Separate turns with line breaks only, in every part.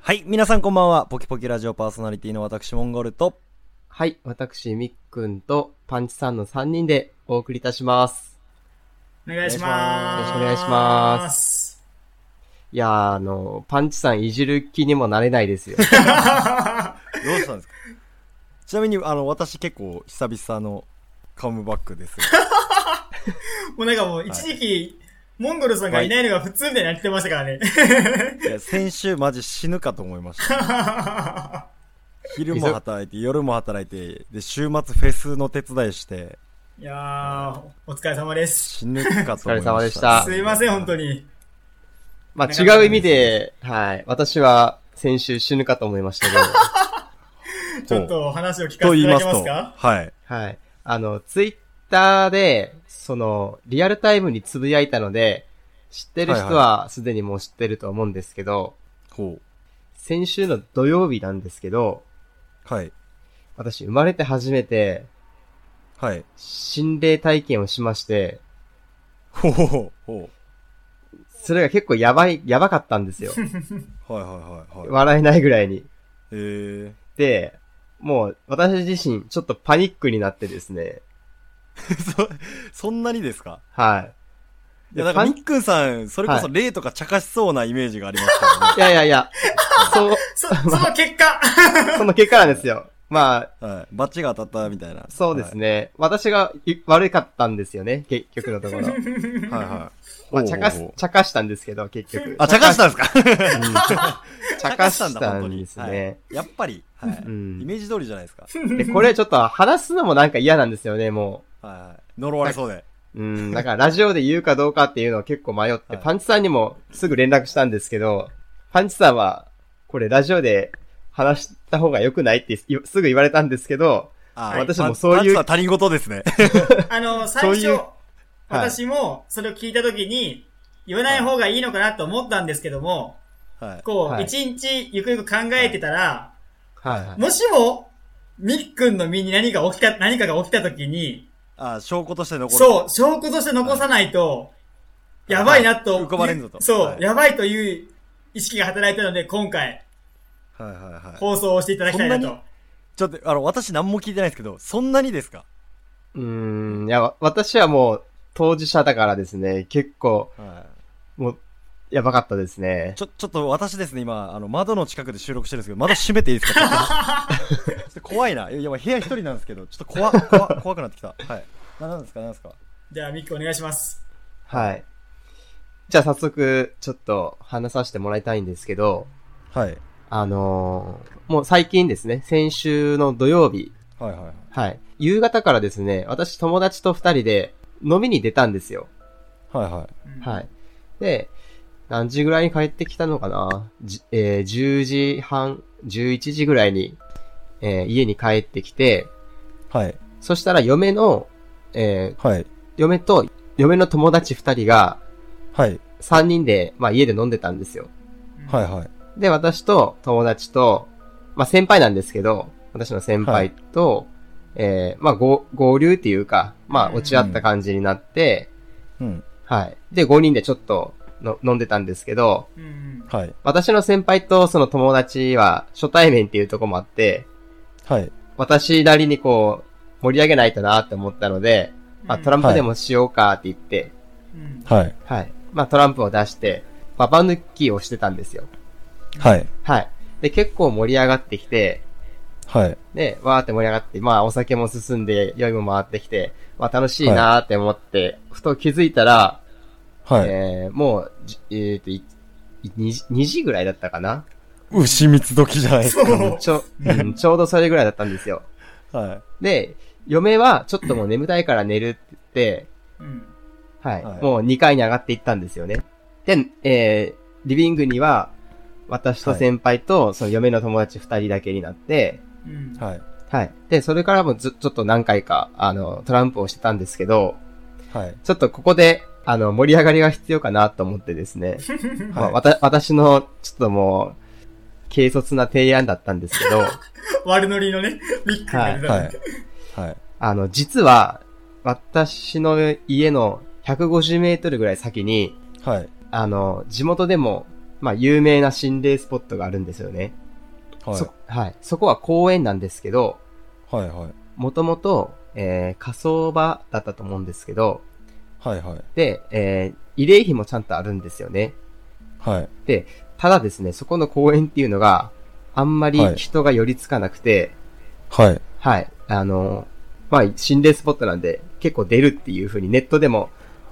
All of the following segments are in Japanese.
はい、皆さんこんばんは。ポキポキラジオパーソナリティの私、モンゴルと、
はい、私、みっくんとパンチさんの3人でお送りいたします。
お願いします。。
よろしくお願いしますいやー、あの、パンチさんいじる気にもなれないです よ。
どうした んですかちなみに、あの、私結構久々のカムバック です。
もうなんかもう一時期、モンゴルさんがいないのが普通みたいになってましたから ね。
いや先週マジ死ぬかと思いました。昼も働いて、夜も働いて、で、週末フェスの手伝いして、
いやー、お疲れ様です。
死ぬかと思いました。
お疲れ様でした
すいません、本当に。
まあ、
なかなか
違う意味で、はい、私は先週死ぬかと思いま したけど、
ちょっとお話を聞かせ
と
て
言
い
い
ただ
ま
け
す
ます
と、
か
はい。
はい。あの、ツイッターで、その、リアルタイムにつぶやいたので、知ってる人はすでにもう知ってると思うんですけど、
ほ
先週の土曜日なんですけど、
う。はい。
私生まれて初めて
はい。
心霊体験をしまして、
ほうほうほうほ
それが結構やばい、やばかったんですよ。
う。はいはいはいはい。
笑えないぐらいに。
えー、
で、もう私自身ちょっとパニックになってですね。
そ、そんなにですか
はい
や、なんか、
パ
み
ニ
っくんさん、それこそ
は
霊とか茶化しそうなイメージがありますから
い。いやいやいや、そう、
そ、その結果
その結果なんですよ。まあ、
ね。はい。バチが当たったみたいな。
そうですね。私がい悪かったんですよね、結局のと ころ。
はい。はいはい。
まあ、
ほうほうほう
茶化す、茶化したんですけど、結局。
あ、茶化した んですか
茶化したんですね。。
はいやっぱり、はい。イ
ん
メージ通りじゃないですか。
で、これちょっと話すのもなんか嫌なんですよね、も
はいはい。呪われそうで。
う。うん、だからラジオで言うかどうかっていうのを結構迷って、
はい
パンチさんにもすぐ連絡したんですけど、パンチさんは、これラジオで話した方が良くないっていすぐ言われたんですけど、
あ
はい私もそういう
パンツは他人事ですね。
あの、最
そう
初、
いう
私もそれを聞いたときに、言わない方がいいのかなと思ったんですけども、
はい。
こ
は
う、
い
一日ゆくゆく考えてたら、
はい、はい。
もしも、みっくんの身に何か起きた、何かが起きたときに、
あ、証拠として残る。
そう、証拠として残さないと、やばいなと。
はい浮かばれんぞと
そう、
はい
やばいという意識が働いたので、今回、
う。はいはいはい。
放送をしていただきたいな
そん
と。
ちょっと、あの、私何も聞いてないですけど、そんなにですか
うーん、いや、わ私はもう当事者だからですね、結構、
は
もう、やばかったですね
い。。ちょ、ちょっと私ですね、今、あの、窓の近くで収録してるんですけど、窓閉めていいですかちょっと 怖いな。いやいや、部屋一人なんですけど、ちょっと怖、怖、怖くなってきた。はい。な、なんですか、なんですか。
じゃあ、ミックお願いします。。
はい。じゃあ早速、ちょっと話させてもらいたいんですけど、
はい。
あのーもう最近ですね、先週の土曜日、
はいはい。
はい。夕方からですね、私友達と二人で飲みに出たんですよ。
はいはい。
はいい。で、何時ぐらいに帰ってきたのかなじえー10時半、11時ぐらいに、えー家に帰ってきて、
はい。
そしたら嫁の、えー
はい。
嫁と、嫁の友達二人が、
はい。
三人で、まあ家で飲んでたんですよ。
はい
い。
はい。
で、私と友達と、まあ、先輩なんですけど、私の先輩と、えーまあ、合合流っていうか、まあ、落ち合った感じになって、
うん。
はい。で、5人でちょっとの飲んでたんですけど、
うん。
はい。
私の先輩とその友達は初対面っていうとこもあって、
はい。
私なりにこう、盛り上げないとなって思ったので、まあ、トランプでもしようかって言って、
うん
はい。
はい。まあ、トランプを出して、ババ抜きをしてたんですよ。
はい。
はい。で、結構盛り上がってきて、
はい。
で、わーって盛り上がって、まあお酒も進んで、酔いも回ってきて、まあ楽しいなーって思って、ふと気づいたら、
はい。
えー、もう、じえー、と、いい2時 ,2 時ぐらいだったかな
牛蜜時じゃないですか。
そう
ちょ、 うんちょうどそれぐらいだったんですよ。
は
で、嫁はちょっともう眠たいから寝るって
うん。
言って、はい、
はい
もう2階に上がっていったんですよね。で、えー、リビングには、私と先輩と、その嫁の友達2人だけになって、
うん
い。。はい。
はい。で、それからもず、ちょっと何回か、あの、トランプをしてたんですけど、
はい。
ちょっとここで、あの、盛り上がりが必要かなと思ってで すね。まあ、わた、私の、ちょっともう、軽率な提案だったんですけ ど、
悪ノリのね、 ミックが出た
はい。はい。
あの、実は、私の家の150メートルぐらい先に、
はい。
あの、地元でも、まあ、有名な心霊スポットがあるんですよね。
はい
そ、はい。そこは公園なんですけど、
はいはい
もともと、えー、火葬場だったと思うんですけど、
はいはい
で、えー、慰霊碑もちゃんとあるんですよね。
はい
で、ただですね、そこの公園っていうのが、あんまり人が寄りつかなくて、
はい
はい、あの、まあ、心霊スポットなんで、結構出るっていう風にネットでも、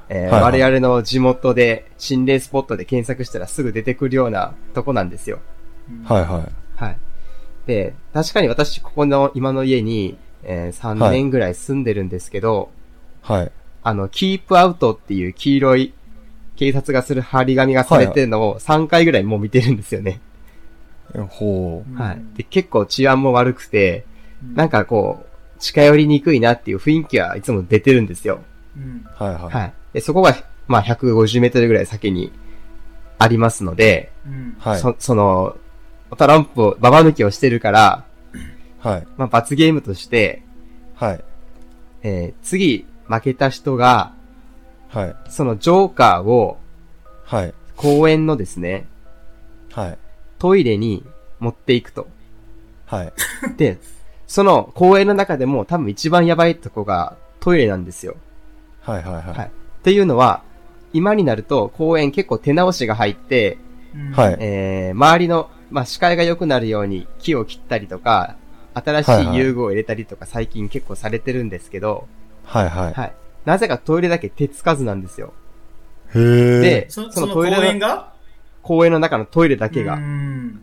えー
はいはい
我々の地元で心霊スポットで検索したらすぐ出てくるようなとこなんですよ。
はいはい
はい。で、確かに私、ここの今の家に、え3年ぐらい住んでるんですけど、
はい
あの、キープアウトっていう黄色い警察がする張り紙がされてるのを3回ぐらいもう見てるんですよね。
えほ
うん
はい。で、結構治安も悪くて、
うん
なんかこう、近寄りにくいなっていう雰囲気はいつも出てるんですよ。
うん
うはいはい
はい。で、そこが、まあ、150メートルぐらい先にありますので、
うん
はい
そその、トランプを、ババ抜きをしてるから、
はい
まあ、罰ゲームとして、
はい
えー次、負けた人が、
はい
そのジョーカーを
はい
公園のですね、
はい
トイレに持っていくと。
はい
で、その公園の中でも多分一番やばいとこがトイレなんですよ。
はいはいはい
はいっていうのは、今になると公園結構手直しが入って、
うん
はい
えー、周りの、まあ、視界が良くなるように木を切ったりとか、新し
はいはい
い遊具を入れたりとか最近結構されてるんですけど、
はいはい
はい。なぜかトイレだけ手つかずなんですよ。
へー
で、
そ
そ
そ
の
の
ト
公
イレ
園
の、
が
公園の中のトイレだけ
う
が、
ん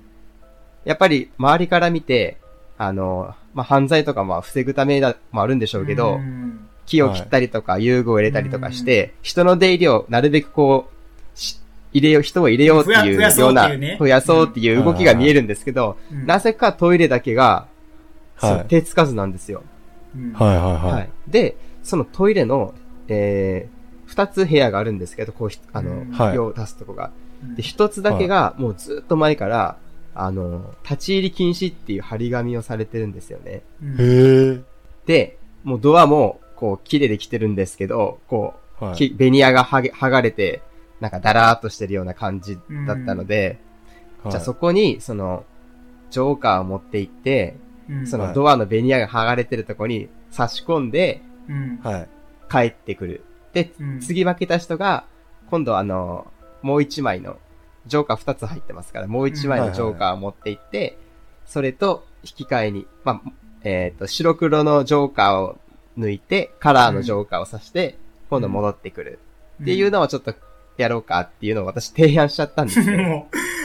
やっぱり周りから見て、あの、まあ、犯罪とかまあ防ぐためだ、もあるんでしょうけど、
ん
木を切ったりとか、遊具を入れたりとかして、人の出入りをなるべくこう、し入れよう、人を入れようっていう
増や
よう
増や
な、
そうっていうね
増やそうっていう動きが見えるんですけど、
うん
なぜかトイレだけが、
はい
そう手つかずなんですよ。
うん
はいはいは
はいい。で、そのトイレの、えー、二つ部屋があるんですけど、こうひ、あの、
はい
用を出すとこ
う
が。
ん
で、一つだけが、もうずっと前から、あの、立ち入り禁止っていう張り紙をされてるんですよね。
うん
へえ
で、もうドアも、こう、木でできてるんですけど、こう、
はい
きベニヤがはげ剥がれて、なんかダラーっとしてるような感じだったので、
はい
じゃあそこに、その、ジョーカーを持って行って、
うん
そ
は
の
い
ドアのベニヤが剥がれてるとこに差し込んで
うん
はい
帰ってくる。で、
うん
次負けた人が、今度あの、もう一枚の、ジョーカー二つ入ってますから、もう一枚
うん
のジョーカーを持って行って、それと引き換えに、まあ、えっ、と、白黒のジョーカーを抜いて、カラーのジョーカーを刺して、今度戻ってくる。っていうのをちょっとやろうかっていうのを私提案しちゃったんですね。
も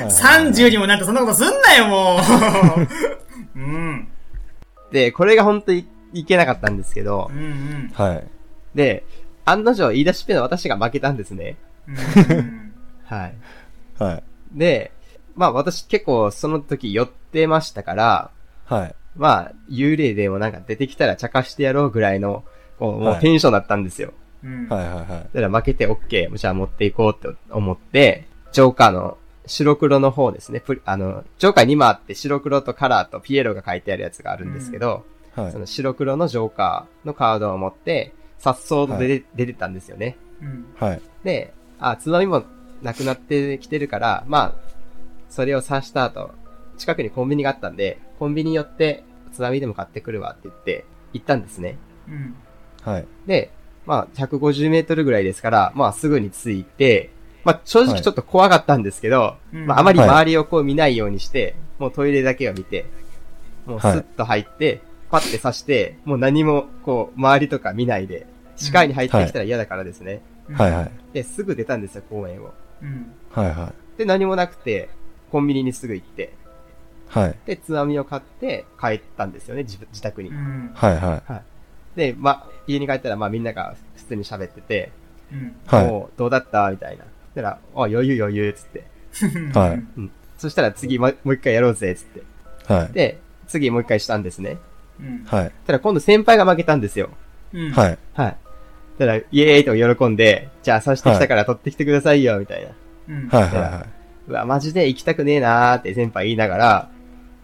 う、
はい
30にもなんかそんなことすんなよ、も う。うん。
で、これが本当にいけなかったんですけど
うんう、ん。
はい
で、案の定言い出しっぺの私が負けたんですね。
うん
はい。
はい
で、まあ私結構その時寄ってましたから、
はい
まあ幽霊でもなんか出てきたら茶化してやろうぐらいの、こう、も
は
う
い
テンションだったんですよ。
うん。
はいはいはい
だから負けて OK、じゃあ持っていこうって思って、ジョーカーの白黒の方ですね。プリあの、ジョーカー2枚あって白黒とカラーとピエロが書いてあるやつがあるんですけど、
はい
その白黒のジョーカーのカードを持って、颯爽と出て、出てったんですよね。
うん
はい
で、あ、津波もなくなってきてるから、まあ、それを刺した後、近くにコンビニがあったんで、コンビニ寄って津波でも買ってくるわって言って、行ったんですね。
うん。
はい
で、まあ、150メートルぐらいですから、まあ、すぐに着いて、まあ、正
は
直
い
ちょっと怖かったんですけど、
うん
まあ、あまり周りをこう見ないようにして、もうトイレだけを見て、もうス
はい
ッと入って、パッて刺して、もう何もこう、周りとか見ないで、視界に入ってきたら嫌だからですね。
はいはい
で、すぐ出たんですよ、公園を。
うん。
はいはい
で、何もなくて、コンビニにすぐ行って、
はい
で、津波を買って帰ったんですよね、自自宅に
う。ん。
はいはい
で、まあ、家に帰ったら、まあみんなが普通に喋ってて、
うん。
はい
もう、どうだったみたいな。そしたら、あ、余裕余裕、つって。
はい
うん
そしたら次も、もう一回やろうぜ、つって。
はい
で、次もう一回したんですね。
うん。
はい
ただ今度先輩が負けたんですよ。
うん。い。
はい
はい。ただ、イエーイと喜んで、じゃあ刺してきたから取ってきてくださいよ、みたいな。
うん。
はいは
うわ、マジで行きたくねえなーって先輩言いながら、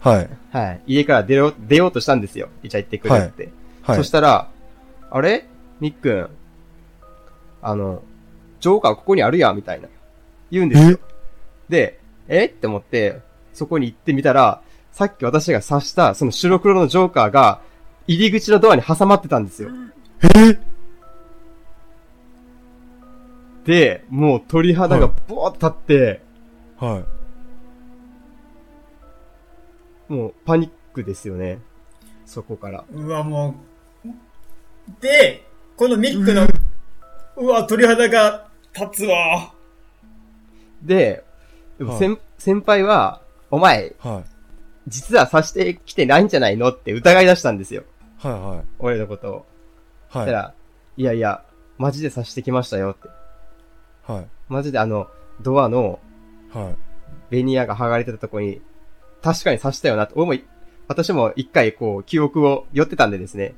いはいはい
はい。家から出よ、出ようとしたんですよ。イチャ行ってくるって。
はい
そしたら、あれみっくん、あの、ジョーカーここにあるやん、みたいな。言うんですよ。で、えって思って、そこに行ってみたら、さっき私が刺した、その白黒のジョーカーが、入り口のドアに挟まってたんですよ。で、もう鳥肌がボーっと立って、
はい。
もうパニックですよね。そこから。
うわ、もう。で、このミックの、うわ、鳥肌が立つわ。
で、でも
はい
先,、先輩は、お前、
はい。
実は刺してきてないんじゃないのって疑い出したんですよ。
は
俺のことを。
いは
そし
い。は
たら、いやいや、マジで刺してきましたよって。
い。はい。
マジであの、ドアの
はい。
ベニヤが剥がれてたとこに、確かに刺したよなって。俺もい、私も一回こう、記憶を寄ってたんでですね。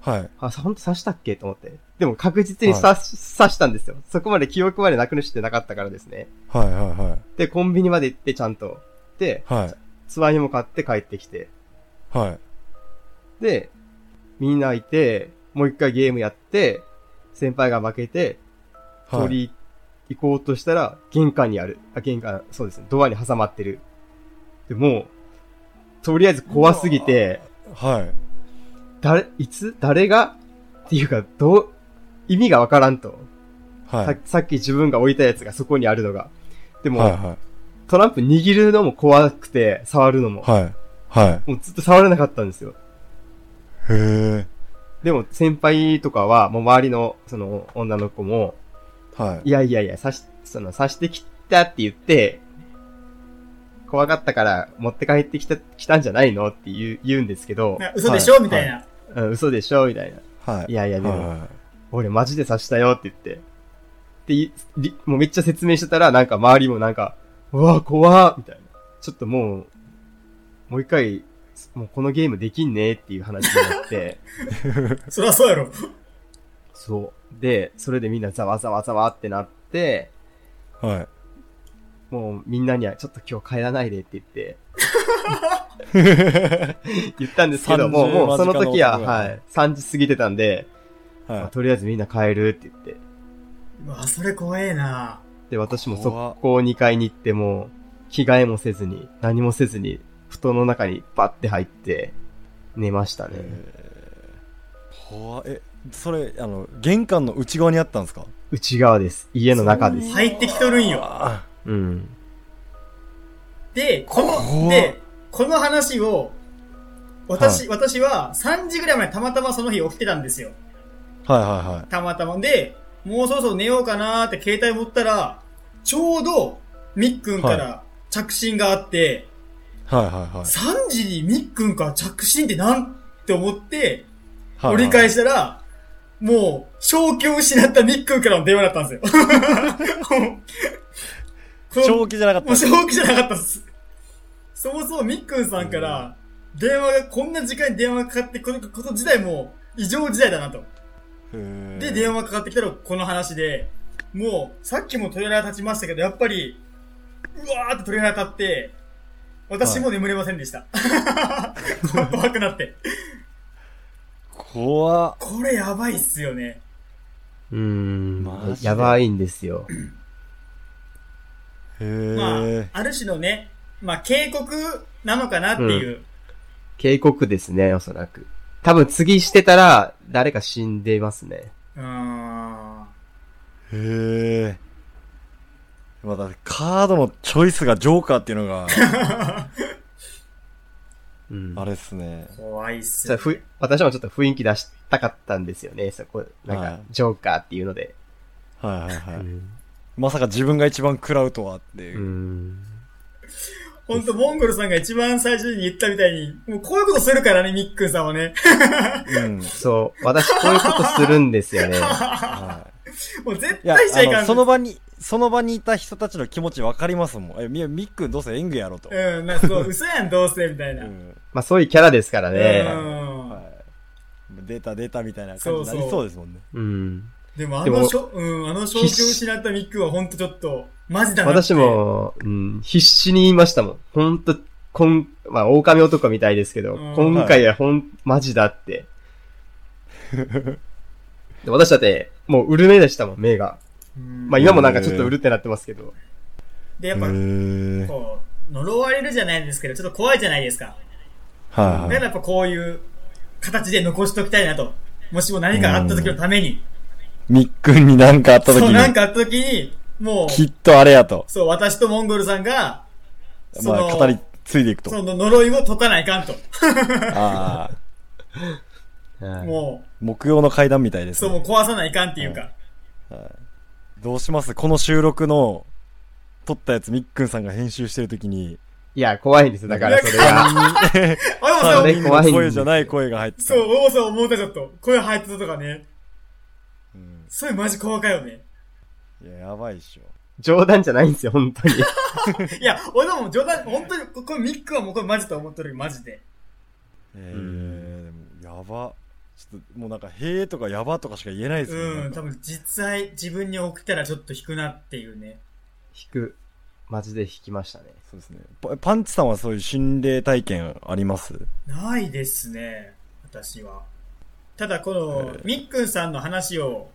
はい。
あ、さほんと刺したっけと思って。でも確実に刺し、刺したんですよ。そこまで記憶までなくしてなかったからですね。
はい。は
で、コンビニまで行ってちゃんと。で、
い。はい。
つわいも買って帰ってきて。
はい。
で、みんないて、もう一回ゲームやって、先輩が負けて、
はい。
取り行こうとしたら、玄関にある。あ、玄関、そうですね。ドアに挟まってる。でもう、とりあえず怖すぎて、
はい。
誰、いつ誰がっていうか、どう、意味がわからんと、
はい。
さ。さっき自分が置いたやつがそこにあるのが。でも、
はい。はい。
トランプ握るのも怖くて、触るのも。
はい。は
もうずっと触れなかったんですよ。
い。へえ。
でも、先輩とかは、もう周りの、その、女の子も、
はい
い。やいやいや、刺し、その、刺してきたって言って、怖かったから持って帰ってきた、来たんじゃないのって言う、言うんですけど、
な嘘でしょ、
はい
みたいな。
うん、嘘でしょみたいな。
はい。
いやいや、でも、
は
俺マジで刺したよって言って。でい、りもうめっちゃ説明してたら、なんか周りもなんか、うわぁ、怖っみたいな。ちょっともう、もう一回、もうこのゲームできんねっていう話になって、
そりゃそうやろ。
そう。で、それでみんなざわざわざわってなって、
い。はい。
もうみんなにはちょっと今日帰らないでって言って、言ったんですけど、もう、
30
もうその時は、
間近の男が
はい、3時過ぎてたんで、まあ
は
とりあえずみんな帰るって言って。
うわ、それ怖えな。
で、私も
怖っ
速攻2階に行って、もう、着替えもせずに、何もせずに、布団の中にバッて入って、寝ました
い。
ね。
怖っえ、それ、あの、玄関の内側にあったんですか
内側です。家の中です。
入ってきとるんよ。
あ
うん。
で、こ
怖
の、
っ
で、この話を、私、私は3時ぐらいまでたまたまその日起きてたんですよ。
あ。はいはいはい。
たまたま。で、もうそろそろ寝ようかなーって携帯持ったら、ちょうど、みっくんから着信があって、
はいはいはい。
3時にみっくんから着信ってなんって思って、
はい
折り返したら、もう、正気を失ったみっくんからの電話だったんですよ。 この
正気じゃなかっ
も
た
う。正気じゃなかったっす。そもそもみっくんさんから、電話が、こんな時間に電話がかかってくること自体も、異常事態だなと。で、
で
電話がかかってきたらこの話で、もう、さっきも鳥肌立ちましたけど、やっぱり、うわーって鳥肌立って、私も眠れませんでした。怖くなって。
怖っ
これやばいっすよね。
うーん
マジ。で
やばいんですよ。
へ
ま
え。
あ、ある種のね、まあ、警告なのかなっていう。
警告ですね、おそらく。多分次してたら、誰か死んでますね。
うーん。
へえ。また、カードのチョイスがジョーカーっていうのが、
うん。
あれっすね。
怖いっす
そ
よ
う
ね、
ふ私もちょっと雰囲気出したかったんですよね、そこ。なん
はい
か、ジョーカーっていうので。
はいはいは
う
い。
ん。
まさか自分が一番食らうとはっていうう。
ん
ほんと、モンゴルさんが一番最初に言ったみたいに、もうこういうことするからね、ミックンさんはね。
うん。
そう。私、こういうことするんで すよね。
は
もう絶
い。いや、
対しちゃいかんで
あの、
す。
その場に、その場にいた人たちの気持ちわかりますもん。え、み、みっくんどうせ演技やろと。
うん、なんかそう、嘘やん、どうせ、みたいうな。
ん。
まあ、そういうキャラですからね。
うん
はい。出た出たみたいな感じになりそうですもんね。
うん。
でもあ
で
の
も
しょ、うん、あの正気を失ったミックはほんとちょっと、マジだなって。
私。も、うん、必死に言いましたもん。ほんと、こん、まあ、狼男みたいですけど、
うん
今回はほん、マジだって。で私だって、もううるめでしたもん、目が。
うん
まあ、今もなんかちょっとうるってなってますけど。
で、やっぱ、
ー
こう、呪われるじゃないんですけど、ちょっと怖いじゃないですか。だか
はい
ら
は
やっぱこういう形で残しときたいなと。もしも何かあった時のために。
い。みっくんになんかあった時
そう、なん
に、
かあった時に、も
き
う、
っとあれやと。
そう、私とモンゴルさんが、そ
ま
の、
あ、語り継いでいくと。
その呪いを解かないかんと。
ああ。
はい
も
木曜の階段みたいで
う、
す
そ
ね、
う、もう壊さないかんっていうか。
どうしますこの収録の、撮ったやつみっくんさんが編集してる時に、
いや、怖いんです。だから、それが。
俺も
3
そう、
れ
人
怖いん
の
です
声じゃない声が入ってた
そう、。俺もそう思ったちょっと。声入ってたとかね。
うん
それマジ怖かよね。
いや、やばいっしょ。
冗談じゃないんですよ、本当に。
いや、俺も冗談、本当に、ここれミックはもうこれマジと思っとるけどマジで。
えー、でも、やば。ちょっと、もうなんか、へえとかやばとかしか言えないですね。
う
なん
ん、
か
多分実際自分に送ったらちょっと引くなっていうね。
引く。マジで引きましたね。
そうですね。パパンチさんはそういう心霊体験あります
ないですね、私は。ただこの、みっくんさんの話を、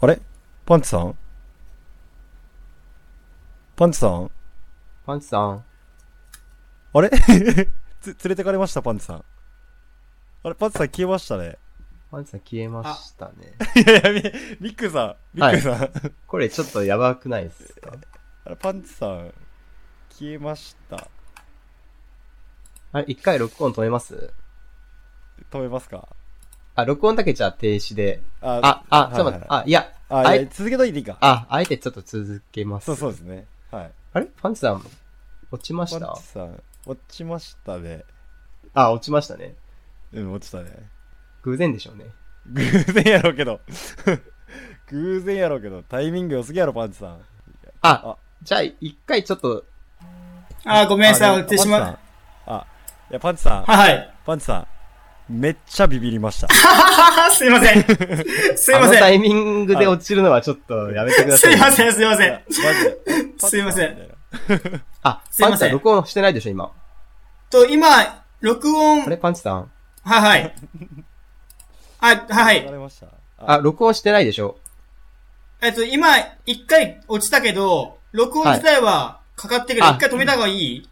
あれパンチさんパンチさん
パンチさん。
あれ つ、連れてかれました、パンチさん。あれ、パンチさん消えましたね。
パンチさん消えましたね。
いやいや、み、みっくんさん、みっくんさん。
これちょっとやばくないですか
あれ、パンチさん、消えました。
あれ、一回録音止めます
止めますか
あ、録音だけじゃあ停止で。
あ
あ、あ、
はい
ちょっと待って。あ、いや、
あ、
あ
いや
い
続けといていいか。
あ、あえてちょっと続けます。
そうそうですね。はい。
あれパンチさん、落ちまし
パン
た
チさん、落ちましたね。
あ、落ちましたね。
うん、落ちたね。
偶然でしょうね。
偶然やろうけど。偶然やろうけど、タイミング良すぎやろ、パンチさん。あ
あ、じゃあ一回ちょっと、
あー、ごめんなさい、
あ
言ってしまう。
パン
は
チさんあ、いや、パンチさん、
はい。
パンチさん、めっちゃビビりました。
あーすいません。 すい
あ
ま
の
せ
タ
ん。
イミングで落ちるのはちょっとやめてくだ
す
さい。
いません、すいませ
いや
ん。
マジで
すいません
パンチさみたいな
あ、
すい
パン
ません
チさん録音してないでしょ、今。
と、今、録音、
あ
はい
れ、パンチさん。
はい。あ、は
流
い。
れました。あ
あ、録音してないでしょ。
えっと、今、一回落ちたけど、録音自体はかかってるけど、
はい
一回止めた方がいい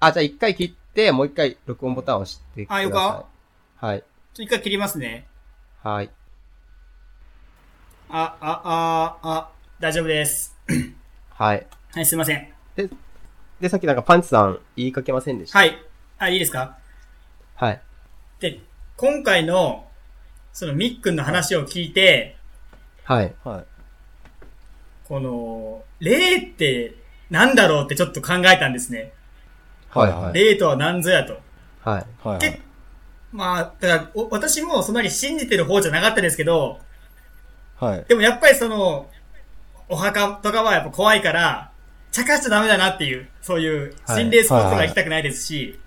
あ、じゃあ一回切って、もう一回録音ボタンを押してください。
あよか
はい。
ちょっと一回切りますね。
はい。
あ、あ、あ、あ、大丈夫です。
はい。
はい、すいません。
で、さっきなんかパンチさん言いかけませんでした。
はい。あ、いいですか
はい。
で、今回の、そのみっくんの話を聞いて、
はい。
はい。
この、霊ってなんだろうってちょっと考えたんですね。
はいはい
霊とは何ぞやと。
は
はい。
いはい
結まあ、だから、お私もそんなに信じてる方じゃなかったですけど、
はい。
でもやっぱりその、お墓とかはやっぱ怖いから、茶化しちゃダメだなっていう、そういう心霊スポットが行きたくないですし、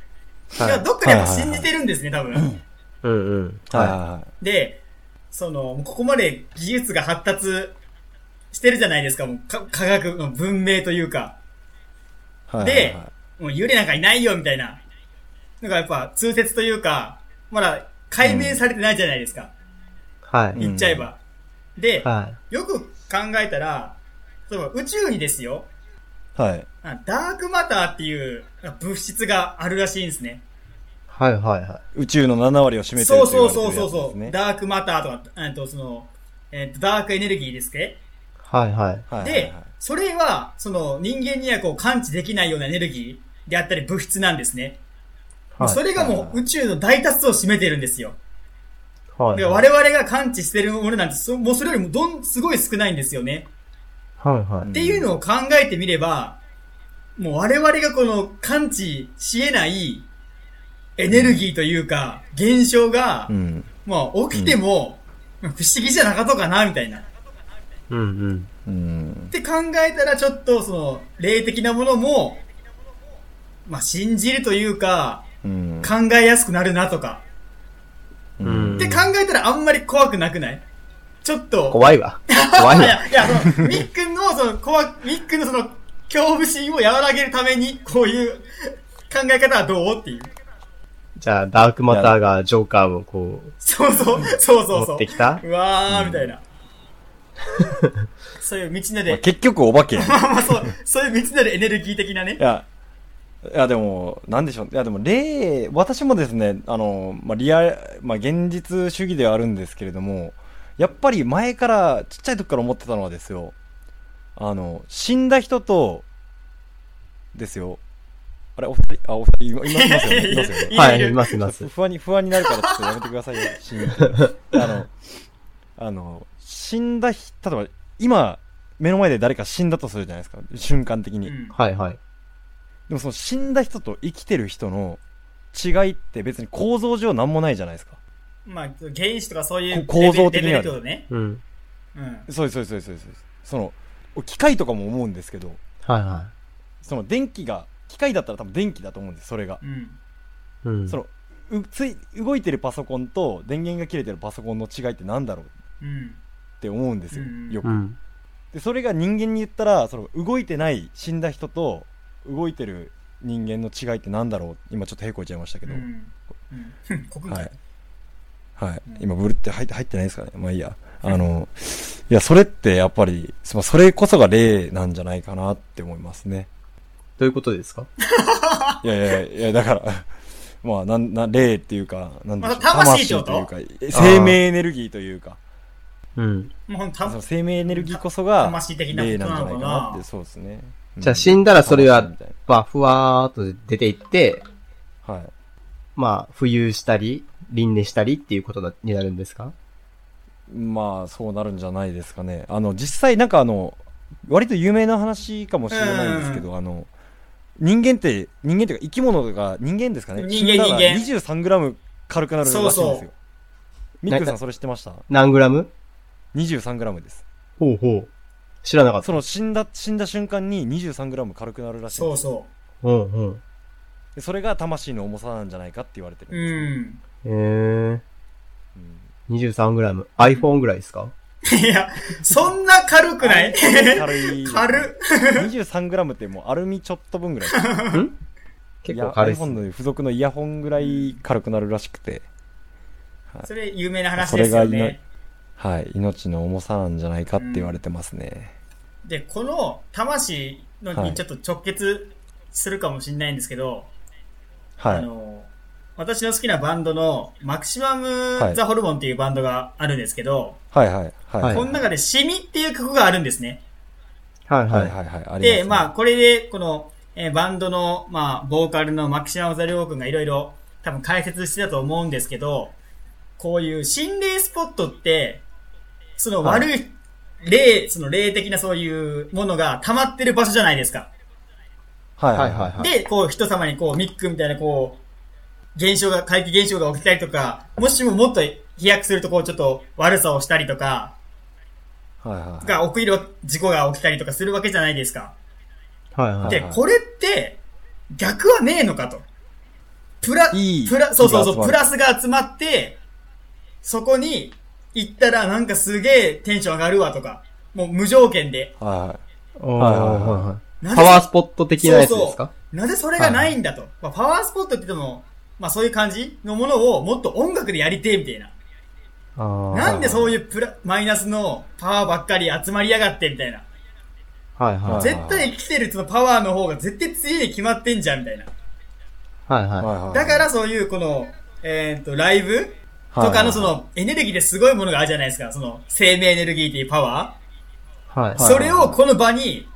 だから
はい。
どっかでやっぱ信じてるんですね、多分。
うんうん。
はい
は
は
で、その、ここまで技術が発達してるじゃないですか、もうか科学の文明というか、
いはい。
で
はい
もう幽霊なんかいないよみたいな。なんかやっぱ通説というか、まだ解明されてないじゃないですか、
い。はい。
言っちゃえば。で、
は
よく考えたら、例えば宇宙にですよ、
はいはい。
あダークマターっていう物質があるらしいんですね。
い。はいはいは
宇宙の7割を占めてる
そう
と言
そ
わ
う
れ
そ
てるや
う
つ
そうそ
です
う、
ね
ダークマターとか、えっとその、えっとダークエネルギーですね。
い。はいはい。
はいはい
で
はい、
それは、その人間にはこう感知できないようなエネルギーであったり物質なんですね。
はい
それがもう宇宙の大多数を占めてるんですよ。
は
だ
い。
から我々が感知してるものなんて、そもうそれよりもどん、すごい少ないんですよね。
はいは
う
い
ん
っていうのを考えてみれば、もう我々がこの感知し得ないエネルギーというか、現象が、
うん。
まあ起きても、不思議じゃなかとかな、みたいな。っ
うんうん。
うん。
て考えたらちょっとその、霊的なものも、まあ信じるというか、
うん。
考えやすくなるなとか。
う
うん
って考えたらあんまり怖くなくないちょっと。
怖いわ。怖い
い
わ。
や、いや、その、みっくんの、その、怖く、みっくんのその、恐怖心を和らげるために、こういう考え方はどうっていう。
じゃあ、ダークマターがジョーカーをこ、
そうそう、そうそううそ
持
う
って。きた
うわー、みたいな。そういうみんな
まあ
で、
結局お化けやん。い
まあそう、そういうみんなでエネルギー的なね。
や、いやでも、なんでしょう。いやでも、例、私もですね、あの、まあ、リア、まあ、現実主義ではあるんですけれども、やっぱり前から、ちっちゃい時から思ってたのはですよ、あの、死んだ人と、ですよ。あれ、お二人、あ、お二人、いまいますよ ね。いますよね。
は
る
いい、
いる
いますい
ちょ
ま
っ
す
と。不安に、不安になるからちょっとやめてくださいよ、死ぬあの、あの、死んだ日、例えば、今、目の前で誰か死んだとするじゃないですか、瞬間的
う
に。で
ん。
はいはい。
もその死んだ人と生きてる人の違いって別に構造上何もないじゃないですか。
まあ、原因子とかそういう
こ構造的
レベ
に
ル
は
ってことね。
うん。
うん。
そうです、そうです、そうです。そうですその、機械とかも思うんですけど、
はいは
その電気が、機械だったら多分電気だと思うんです、それが。
うん。
い。うん。
そのうつい動いてるパソコンと電源が切れてるパソコンの違いって何だろう
うん。
って思うんですよ、
うん
よく
うん。
でそれが人間に言ったらその動いてない死んだ人と動いてる人間の違いってなんだろう今ちょっとへこいちゃいましたけ
う
ど、
ん。うん。国
は
外
い。、はい
うん、
今ブルって入って入ってないですかねまあいいやあのいやそれってやっぱりそそれこそが例なんじゃないかなって思いますね
どういうことですか
いやいやいやだからまあなんな霊っていうかなんでしょう
また魂ってこと
というかえ生命エネルギーというか
うん。
もうほん
そ
と
の生命エネルギーこそが
魂的なこ
霊
と
なん
な
じゃ
の
ない
か
かなっ
な
て。そうですね、
じゃあ
ん
死んだらそれ
魂
は
み、たい
まあ、ふわーっと出ていって、
なはい
まあ、浮遊したり、輪廻したりっていうことだになるんですか
まあそうなるんじゃないですかねあの実際なんかあの割と有名な話かもしれないんですけど、あの人間って人間っていうか生き物が人間ですかね
人間
死んだら 23g 軽くなるらしいんですよ
そうそう
ミックさんそれ知ってました
何グラム
23g です
ほうほう。知らなかった。
その死んだ死んだ瞬間に 23g 軽くなるらしいん
そ
で
う
す
そ
うんうん。
でそれが魂の重さなんじゃないかって言われてるん
う。
です、
うん。
えー、
うん
23グラム。iPhone ぐらいですか
いや、そんな軽くない
軽い
軽っ
23g ってもうアルミちょっと分ぐらい
結構軽いっす
本
ね。
の付属のイヤホンぐらい軽くなるらしくて、
それ有名な話ですよ
それがいな
ね。
はい、命の重さなんじゃないかって言われてますね。
で、この魂の
は
に
い
ちょっと直結するかもしれないんですけど、
は
あ
い。
の、私の好きなバンドのマクシマ
は
ム・
い
ザ・ホルモンっていうバンドがあるんですけど、
はいはい。はい。
この中でシミっていう曲があるんですね。
はい
は
はいい。
はいはい。あり
で、
ま
まあ、これで、この、えーバンドの、まあ、ボーカルのマキシマム・ザ・リョウ君がいろいろ多分解説してたと思うんですけど、こういう心霊スポットって、その悪い、霊、その霊的なそういうものが溜まってる場所じゃないですか。
すね。はい
は
はいい
は
はいい。
はい。
で、こう、人様にこう、ミックみたいなこう、現象が、怪奇現象が起きたりとか、もしももっと飛躍するとこう、ちょっと悪さをしたりとか、
はいはい。
が起きる、事故が起きたりとかするわけじゃないですか。
はいはい。
で、
はい
これって、逆はねえのかと。プラ、
いい
プラ、そうそう
気
そう、
が集まる
プラスが集まって、そこに行ったらなんかすげえテンション上がるわとか、もう無条件で。
はいはい。
おー
はいはいはい
いパワースポット的なやつ
そうそう
ですか
なぜそれがないんだと。まあ、パワースポットって言っても、まあそういう感じのものをもっと音楽でやりてえみたいな。
あー
なんでそういうプラ、マイナスのパワーばっかり集まりやがってみたいな。
はいはい。
はい
絶対生きてるそのパワーの方が絶対強いに決まってんじゃんみたいな。
はいはい。
はいはい。
だからそういうこの、えーっと、ライブとかのそのエネルギーですごいものがあるじゃないですか。その生命エネルギーっていうパワ
はい
ー。
はい
それをこの場に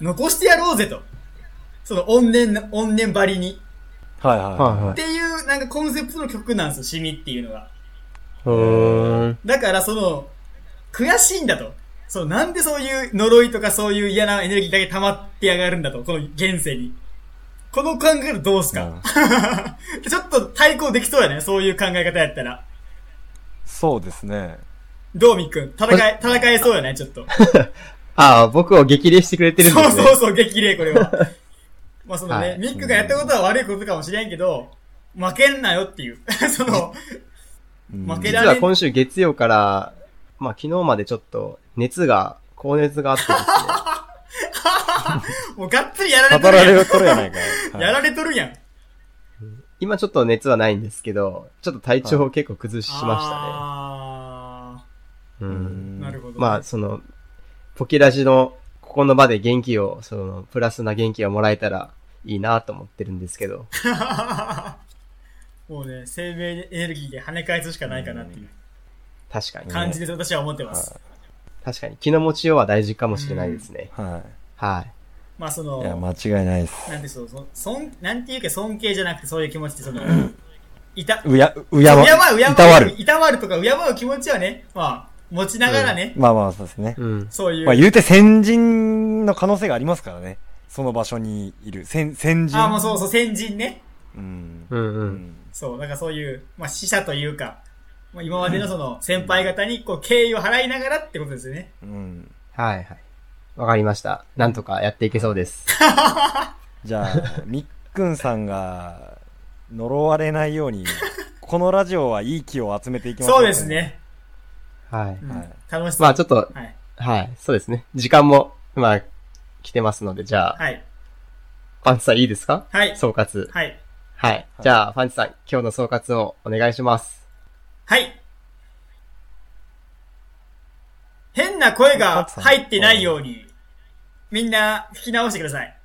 残してやろうぜと。その怨念、怨念ばりに。
はいはい
はい
は
はい
っていうなんかコンセプトの曲なんですよ、シミっていうのが。
うーん。
だからその、悔しいんだと。そのなんでそういう呪いとかそういう嫌なエネルギーだけ溜まってやがるんだと。この現世に。この考えどうす
い。なる
か、
ほど
ちょっと対抗できそうやね。そういう考え方やったら。
そうですね。
どうみっくん戦え、戦えそうやね、ちょっと。
ああ、僕を激励してくれてるんですね。
そうそうそう、激励、これは。まあそのね、
はい
ミックがやったことは悪いことかもしれんけど、負けんなよっていう。 その、
うん
負け
実は今週月曜から、まあ昨日までちょっと熱が、高熱があってですね。
もうがっつりやられ
語
と
ら
るや
れとるやないか。
ん。
はい
やられとるやん。
今ちょっと熱はないんですけど、ちょっと体調を結構崩しましたね。
あ
う。
うん
ーなるほど、
まあ、その、ポキラジのここの場で元気を、その、プラスな元気をもらえたらいいなと思ってるんですけど。
もうね、生命エネルギーで跳ね返すしかないかなっていう
確かに。
感じで私は思ってます。
確かに。気の持ちようは大事かもしれないですね。
は
はい。
まあそ
い。
の、
いや、間違いないです。
なんてそう、そそん、なんていうか尊敬じゃなくてそういう気持ちって、その、いた、
うや、う
い
やわ、
う
いたわる。
いたわるとか、敬う気持ちはね、まあ、持ちながらね、
まあまあ、そうですね。
うん。
そういう、
まあ、言うて先人の可能性がありますからね。その場所にいる。先、先人。
ああ、もうそうそう、先人ね。
うん。
うんう。
うんん。
そう、なんかそういう、まあ、死者というか、まあ、今までのその、先輩方に、こう、敬意を払いながらってことですよね。
うん。
はいはい。わかりました。なんとかやっていけそうです。
じ ゃあ、みっくんさんが、呪われないように、このラジオはいい気を集めていきましょう。
そうです。ね。
はい。
うん
はい
楽しそう。
まあちょっと、
はい。
はい。そうですね。時間も、まあ、来てますので、じゃあ、
はい。
パンチさんいいですか
はい。
総括。
はい。
はい。じゃあ、パンチさん、今日の総括をお願いします。
はい。変な声が入ってないように、みんな聞き直してください。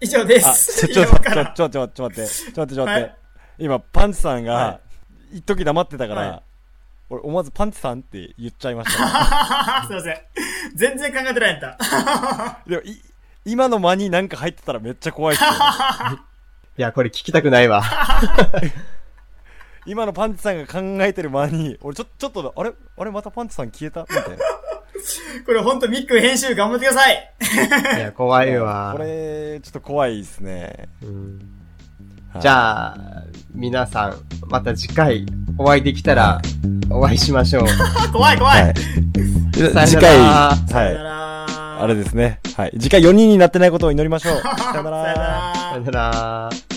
以上で
あ、
す。
ち ょ、ちょ、
以
ち
上
ょ、
から
ちょ、ちょ、ちょ、待って、ちょ、待って、ちょ、
は
待って
い。
今、パンチさん
は
が、一時黙ってたか
はい
ら、俺、思わずパンチさんって言っちゃいました。
すいません。全然考えてないんだ。
でも、い、今の間になんか入ってたらめっちゃ怖いっすよ。
いや、これ聞きたくないわ。
今のパンチさんが考えてる間に、俺、ちょ、ちょっと、あれあれまたパンチさん消えたみたいな。
これほんとミック編集頑張ってください。
いや、怖いわ
こ。れ、ちょっと怖いですね。
うん
はい
じゃあ、皆さん、また次回お会いできたらお会いしましょう。
怖い怖い。
はい。次回、
さよなら
さよな
はい。
ら。
あれですね。はい。次回4人になってないことを祈りましょう。さよな
さよな
ら。
ら
さよなら。